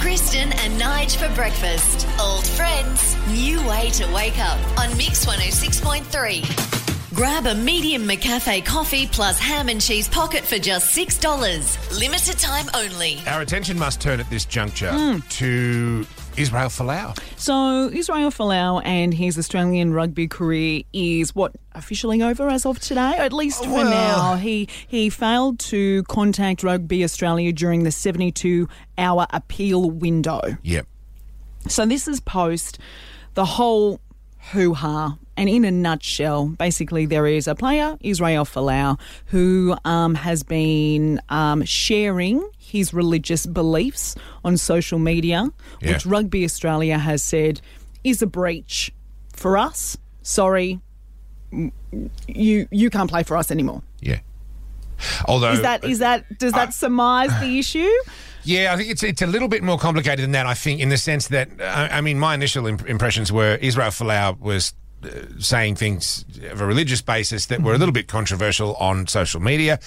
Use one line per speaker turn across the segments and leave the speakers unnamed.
Kristen and Nige for breakfast. Old friends, new way to wake up on Mix 106.3. Grab a medium McCafe coffee plus ham and cheese pocket for just $6. Limited time only.
Our attention must turn at this juncture to Israel Folau.
So Israel Folau and his Australian rugby career is what officially over as of today, at least for
Well-
now. He he failed to contact Rugby Australia during the 72 hour appeal window.
Yep.
So this is post the whole hoo ha. And in a nutshell, basically, there is a player, Israel Folau, who um, has been um, sharing his religious beliefs on social media,
Yeah.
which Rugby Australia has said is a breach for us. Sorry, m- you you can't play for us anymore.
Yeah. Although
Is that is that does that surmise the issue?
Yeah, I think it's it's a little bit more complicated than that. I think in the sense that I, I mean, my initial imp- impressions were Israel Folau was uh, saying things of a religious basis that
Mm-hmm.
were a little bit controversial on social media,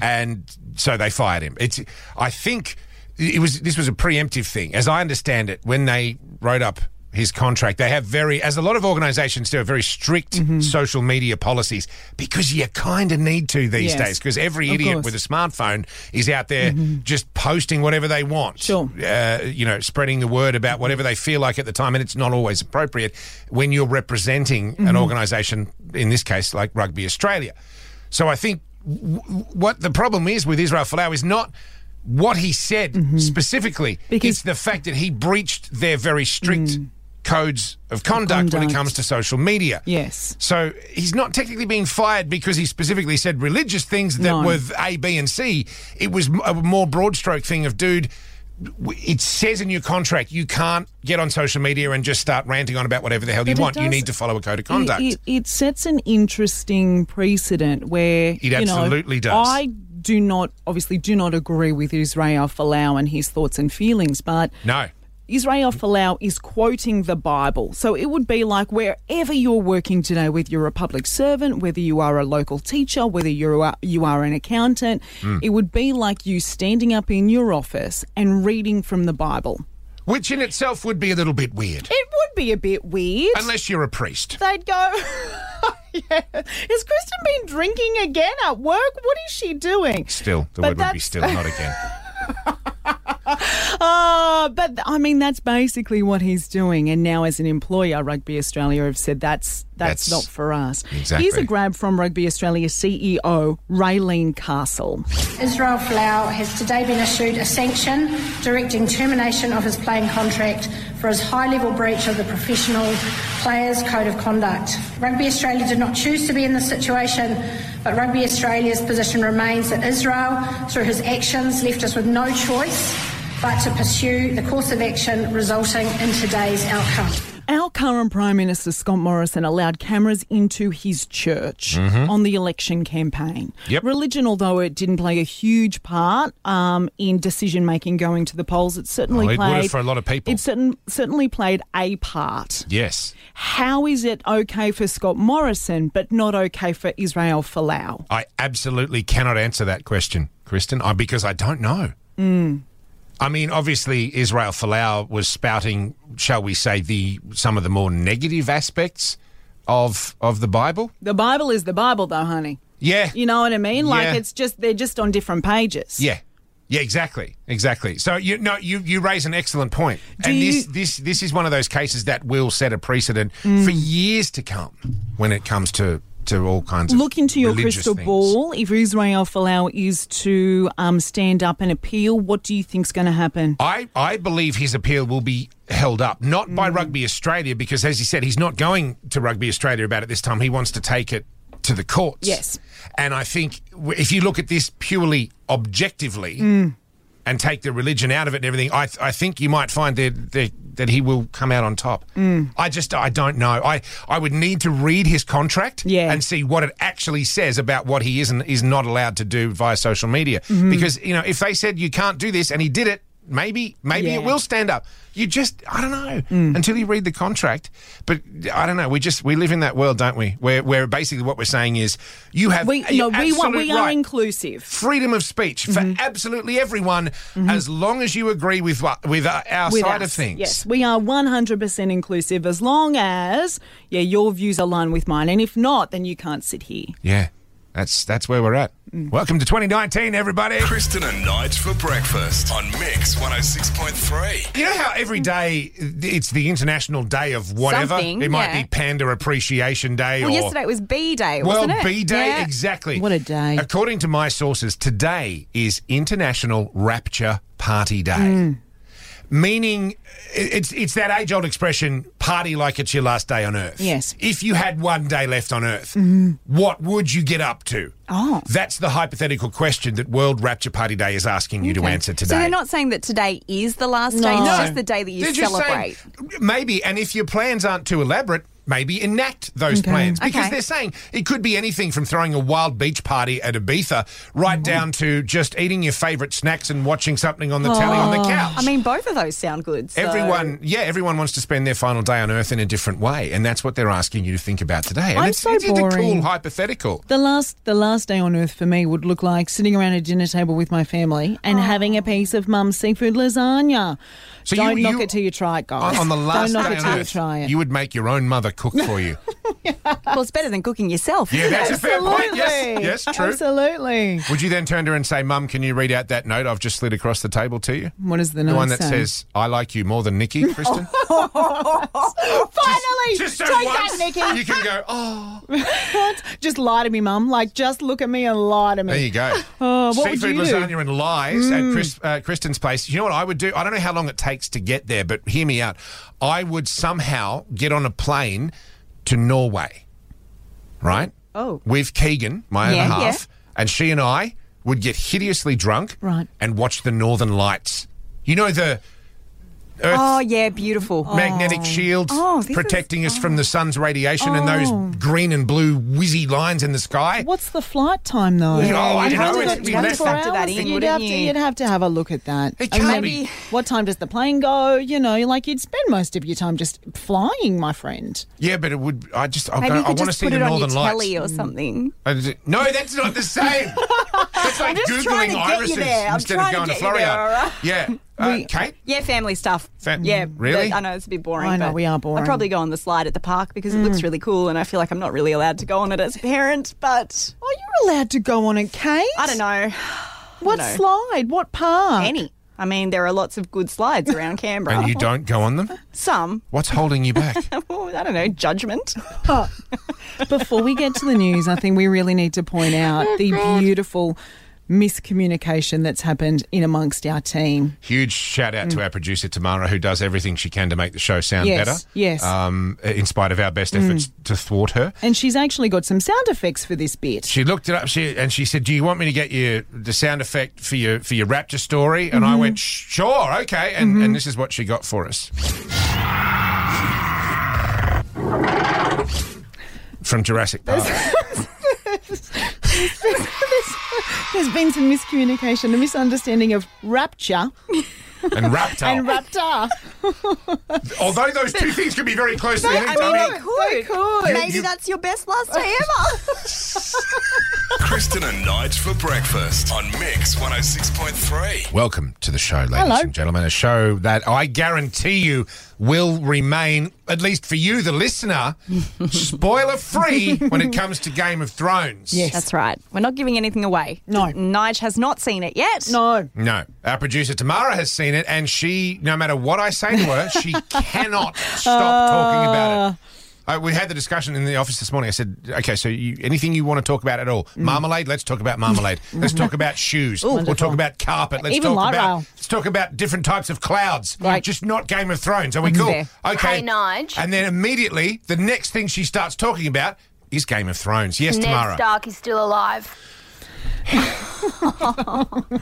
and so they fired him. It's I think it was this was a preemptive thing, as I understand it, when they wrote up. His contract. They have very, as a lot of organisations do, have very strict
Mm-hmm.
social media policies because you kind of need to these
Yes.
days because every
Of
idiot
course.
with a smartphone is out there just posting whatever they want.
Mm-hmm. Sure.
Uh, you know, spreading the word about whatever they feel like at the time, and it's not always appropriate when you're representing
Mm-hmm.
an organisation, in this case, like Rugby Australia. So I think w- w- what the problem is with Israel Folau is not what he said specifically,
Mm-hmm. Because- Mm.
it's the fact that he breached their very strict codes of conduct when it
conduct.
comes to social media.
Yes.
So he's not technically being fired because he specifically said religious things that
No.
were A, B, and C. It was m- a more broad stroke thing of, dude, w- it says in your contract you can't get on social media and just start ranting on about whatever the hell you
But it
want. You
does-
need to follow a code of conduct.
It, it, it sets an interesting precedent where
It absolutely
you know,
does.
I do not obviously do not agree with Israel Folau and his thoughts and feelings, but
no.
Israel Folau is quoting the Bible. So it would be like wherever you're working today, whether you're a public servant, whether you are a local teacher, whether you are, you are an accountant,
Hmm.
it would be like you standing up in your office and reading from the Bible.
Which in itself would be a little bit weird.
It would be a bit weird.
Unless you're a priest.
they'd go, yeah. Has Kristen been drinking again at work? What is she doing?
Still, the
But
word would be
that's-
still, not again.
Uh, but I mean, that's basically what he's doing. And now, as an employer, Rugby Australia have said that's that's,
That's-
not for us.
Exactly.
Here's a grab from Rugby Australia CEO Raylene Castle.
Israel Folau has today been issued a sanction directing termination of his playing contract for his high level breach of the Professional Players Code of Conduct. Rugby Australia did not choose to be in this situation, but Rugby Australia's position remains that Israel, through his actions, left us with no choice but to pursue the course of action resulting in today's outcome.
Our current Prime Minister Scott Morrison allowed cameras into his church on the election campaign.
Mm-hmm. Yep.
Religion, although it didn't play a huge part um, in decision making going to the polls, it certainly
Oh, it would have
played
for a lot of people.
It certain, certainly played a part.
Yes.
How is it okay for Scott Morrison but not okay for Israel Folau?
I absolutely cannot answer that question, Kristen, I, because I don't know.
Mm.
I mean, obviously, Israel Folau was spouting, shall we say, the some of the more negative aspects of of the Bible.
The Bible is the Bible, though, honey.
Yeah,
You know what I mean? Like
Yeah.
it's just they're just on different pages.
yeah, yeah, exactly, exactly. So you no, you you raise an excellent point,
Do
and this
you-
this this is one of those cases that will set a precedent for
Mm.
years to come when it comes to to all kinds of
Look into your
religious
crystal
things.
ball. If Israel Folau is to um, stand up and appeal, what do you think's going to happen?
I, I believe his appeal will be held up, not by
Mm.
Rugby Australia, because as he said, he's not going to Rugby Australia about it this time. He wants to take it to the courts.
Yes.
And I think w- if you look at this purely objectively
Mm.
and take the religion out of it and everything, I, th- I think you might find that, that, that he will come out on top.
Mm.
I just, I don't know. I, I would need to read his contract
Yeah.
and see what it actually says about what
Mm-hmm.
he is and is not allowed to do via social media. Because, you know, if they said you can't do this and he did it, Maybe, maybe
Yeah. Mm.
it will stand up. You just, I don't know, until you read the contract. But I don't know. We just we live in that world, don't we? Where where basically what we're saying is you have
We
you
no, we want we are Mm-hmm.
right
inclusive.
freedom of speech for absolutely everyone, as long as you agree with what with our, our
Mm-hmm. with
side of
us.
things.
Yes, we are 100% inclusive as long as yeah, your views align with mine and if not then you can't sit here.
Yeah, that's that's where we're at.
Mm.
Welcome to 2019, everybody.
Kristen and Nige for breakfast on Mix 106.3.
You know how every day it's the International Day of whatever.
Something,
it might
yeah.
be Panda Appreciation Day
Well,
or
yesterday it was B Day,
Well,
wasn't it?
B Day,
Yeah.
exactly.
What a day.
According to my sources, today is International Rapture Party Day.
Hmm.
Meaning, i- it's it's that age old expression: "Party like it's your last day on Earth."
Yes.
If you had one day left on Earth,
Mm-hmm.
what would you get up to?
Oh.
that's the hypothetical question that World Rapture Party Day is asking you to answer today.
So they're not saying that today is the last day, it's
No.
just the day that you
They're just
celebrate.
saying, maybe, and if your plans aren't too elaborate, maybe enact those plans. Because
Okay.
they're saying it could be anything from throwing a wild beach party at Ibiza right
Mm-hmm.
down to just eating your favourite snacks and watching something on the telly on the couch.
Oh, I mean, both of those sound good. so-
Everyone, yeah, everyone wants to spend their final day on Earth in a different way, and that's what they're asking you to think about today. And
I'm
it's,
so
it's just a cool
boring.
hypothetical.
The last the last day on earth for me would look like sitting around a dinner table with my family and having a piece of mum's seafood lasagna.
So you-
Don't knock
you-
it till you try it, guys.
On, on the last
Don't knock
day
it
on
till you
Earth,
try it.
you would make your own mother cook for you.
Well, it's better than cooking yourself.
Yeah, that's a fair point.
Absolutely.
Yes, yes, true.
Absolutely.
Would you then turn to her and say, Mum, can you read out that note I've just slid across the table to you?
What is the
The
note
one that
say?
says, I like you more than Nikki, Kristen?
Finally,
just so
take
once,
that, Nikki.
you can go, oh.
Just lie to me, mum. Like, just look at me and lie to me.
There you go.
Oh, what would
Seafood
you do? Mm.
lasagna and lies at Chris, uh, Kristen's place. You know what I would do? I don't know how long it takes to get there, but hear me out. I would somehow get on a plane to Norway, right?
Oh.
With Keegan, my
Yeah,
other
yeah.
half, and she and I would get hideously drunk
Right.
and watch the Northern Lights. You know, the Earth
Oh, yeah, beautiful.
magnetic shields
Oh, this
protecting us from the sun's radiation and those green and blue whizzy lines in the sky.
What's the flight time though?
Yeah, Oh, I
You'd
don't know,
have to
it's-
go
we'd have to
24
factor that
hours.
in,
You'd
wouldn't
have to,
you?
you'd have to have a look at that.
It
I mean,
can't
be-
What time does the plane go? You know, like you'd spend most of your time just flying, my friend.
Yeah, but it would. I just. I've
Maybe
got,
you
I
could
want to
just
see
put
the
it on your
Northern Lights.
telly or something.
I just- No, that's not the same. That's like
just
googling
trying to get you
irises
there. I'm
instead of
trying to
going to,
get you
Florida.
there, all right?
Yeah, uh,
We-
Kate.
Yeah, family stuff.
Fa-
yeah,
Really?
but I know it's a bit boring.
I know,
but
we are boring. Mm.
I'd probably go on the slide at the park because it looks really cool, and I feel like I'm not really allowed to go on it as a parent. But
Oh, you're allowed to go on it, Kate.
I don't know
What
know.
slide? What park?
any. I mean, there are lots of good slides around Canberra.
And you don't go on them.
Some,
What's holding you back?
well, I don't know, judgment.
Oh. Before we get to the news, I think we really need to point out
Oh,
the beautiful miscommunication that's happened in amongst our team.
Huge shout out
Mm.
to our producer Tamara, who does everything she can to make the show sound
Yes,
better.
yes.
Um, in spite of our best
Mm.
efforts to thwart her.
And she's actually got some sound effects for this bit.
She looked it up. She and she said, "Do you want me to get you the sound effect for your for your rapture story?" And
Mm-hmm.
I went, "Sure, okay." And and this is what she got for us from Jurassic Park.
There's been some miscommunication, a misunderstanding of rapture
and Raptor.
and raptor.
Although those two things can be very close to the
I mean, they
They
could.
could.
You-
Maybe
you-
that's your best last day ever.
Kristen and Nige for breakfast on Mix 106.3.
Welcome to the show, ladies
Hello.
and gentlemen. A show that I guarantee you will remain, at least for you, the listener, spoiler free when it comes to Game of Thrones.
Yes.
That's right. We're not giving anything away.
No.
Nige has not seen it yet.
No.
No. Our producer Tamara has seen it, and she, no matter what I say to her, she cannot stop talking
Ah.
about it. Uh, we had the discussion in the office this morning. I said, "Okay, so you, anything you want to talk about at
Mm.
all? Marmalade? Let's talk about marmalade. Let's talk about shoes. we'll
Wonderful.
talk about carpet. Let's
Even
talk
light
about
rail.
let's talk about different types of clouds.
Right. Mm-hmm.
Just not Game of Thrones. Are we cool?
Fair.
Okay.
Hey, Nige.
And then immediately the next thing she starts talking about is Game of Thrones. Yes, Tamara.
Ned Stark is still alive.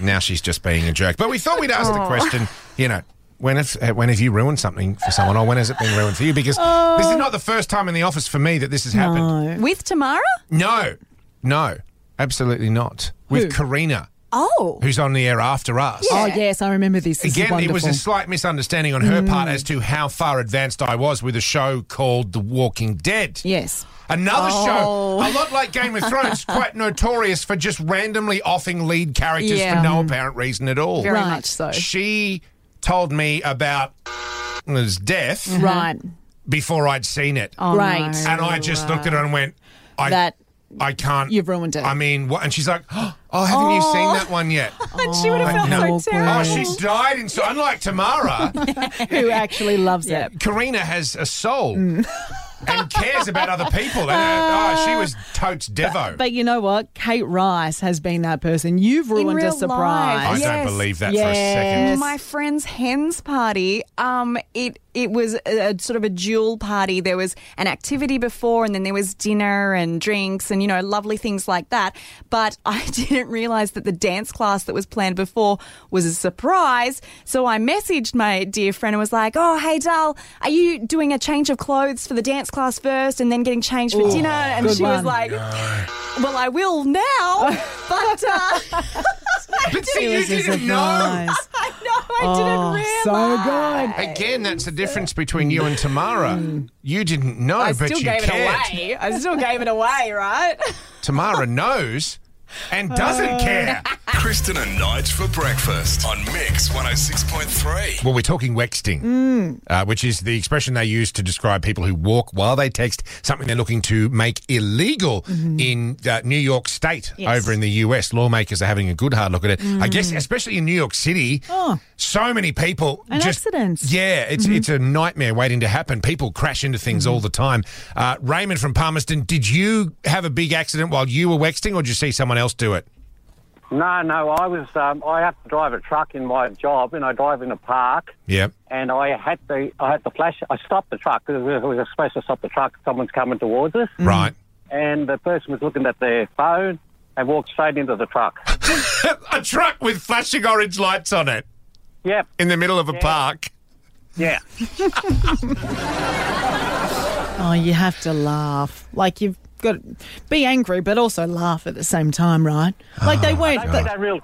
Now she's just being a jerk. But we thought we'd ask the question, you know, when have, uh, when have you ruined something for someone or when has it been ruined for you? Because
Oh.
this is not the first time in the office for me that this has happened.
With Tamara?
No, no, absolutely not. With Karina.
Oh.
who's on the air after us.
Oh, yes, I remember this. this is
Again, it was
wonderful. Mm.
a slight misunderstanding on her part as to how far advanced I was with a show called The Walking Dead.
Yes.
Another
Oh.
show, a lot like Game of Thrones, quite notorious for just randomly offing lead characters
Yeah.
for no apparent reason at all.
Very
Right.
much so.
She told me about his death
Right.
before I'd seen it.
Oh,
Right.
no.
And I just looked at her and went, I,
That-
I can't.
You've ruined it.
I mean, what? And she's like, oh, haven't you seen that one yet?
And Oh. she would have
Oh,
felt
no.
so
Oh,
terrible.
she's died. And so, unlike Tamara,
Who actually loves it?
Karina has a soul
Mm.
and cares about other people. And uh, oh, she was totes Devo.
But you know what? Kate Rice has been that person. You've ruined a
real
surprise.
I
life.
don't
yes,
believe that for a
yes.
second.
my friend's hen's party um it it was a, a sort of a dual party there was an activity before and then there was dinner and drinks and you know lovely things like that but i didn't realize that the dance class that was planned before was a surprise so i messaged my dear friend and was like oh hey dal are you doing a change of clothes for the dance class first and then getting changed for dinner and
Oh, good
she was
one.
like well i will now but uh,
But
It
see, you
was a
didn't know.
surprise.
no i didn't realize
Oh, so good.
Again, that's the
Mm.
difference between you and Tamara. You didn't know,
I
but
still
you
gave it
cared.
away. I still gave it away, right?
Tamara knows and doesn't care.
Kristen and Nige for breakfast on Mix 106.3.
Well, we're talking wexting, uh, which is the expression they use to describe people who walk while they text, something they're looking to make illegal in uh, New York State over in the US. Lawmakers are having a good hard look at it. I guess, especially in New York City, so many people.
And
just,
accidents.
Yeah, it's, it's a nightmare waiting to happen. People crash into things all the time. Uh, Raymond from Palmerston, did you have a big accident while you were wexting, or did you see someone else do it?
No, no, I was. Um, I have to drive a truck in my job, and I drive in a park.
Yeah.
And I had to, I had to flash. I stopped the truck because I was supposed to stop the truck. Someone's coming towards us,
Right.
and the person was looking at their phone and walked straight into the truck.
a truck with flashing orange lights on it
yep.
in the middle of a park.
Yeah.
Oh, you have to laugh. Like you've got to be angry, but also laugh at the same time, right? Like
Ah,
they weren't.
I think that real.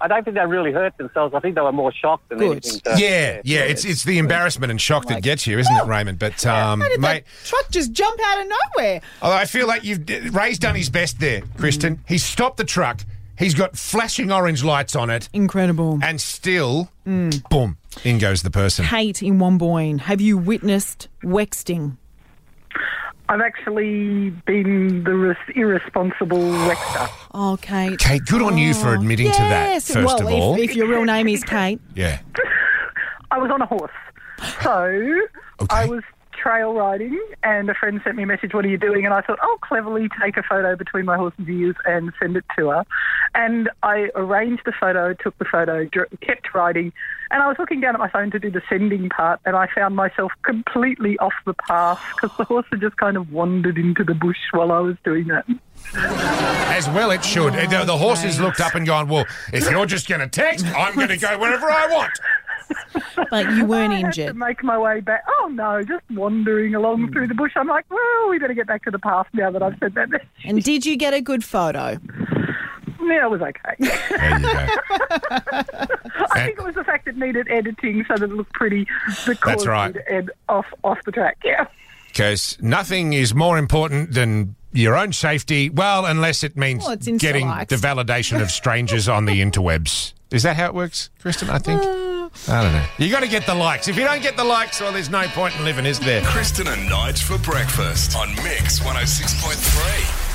I don't think they really hurt themselves. I think they were more shocked than
Good.
anything. So,
Yeah, yeah, it's it's the embarrassment and shock that gets you, isn't it, Raymond? But um,
How did
mate,
that truck just jump out of nowhere?
although I feel like you've Ray's done his best there, Kristen. He's stopped the truck. He's got flashing orange lights on it,
Incredible.
and still, boom, in goes the person.
Kate in Womboyne, have you witnessed wexting?
I've actually been the res- irresponsible wexter.
Oh, Kate.
Kate, good on you for admitting to that.
Yes.
First
well,
of
if-
all,
if your real name is Kate.
yeah,
I was on a horse. So
Okay.
I was trail riding, and a friend sent me a message, What are you doing? And I thought, I'll cleverly take a photo between my horse's ears and send it to her. And I arranged the photo, took the photo, dr- kept riding. And I was looking down at my phone to do the sending part, and I found myself completely off the path because the horse had just kind of wandered into the bush while I was doing that.
as well it should. the, the horses looked up and gone. Well, if you're just going to text, I'm going to go wherever I want.
But you weren't
I had to
injured.
make my way back. Oh no, just wandering along through the bush. I'm like, well, we better get back to the path now that I've said that. yeah,
And did you get a good photo?
it was okay.
There you go.
I think it was the fact that needed editing so that it looked pretty. That
That's
caused
right.
me to end off off the track. Yeah.
because nothing is more important than your own safety. Well, unless it means
Well, it's in
getting
select.
the validation of strangers on the interwebs. Is that how it works, Kristen? I think.
Uh,
I don't know. You got to get the likes. If you don't get the likes, well, there's no point in living, is there?
oh Kristen and Nige for breakfast on Mix 106.3.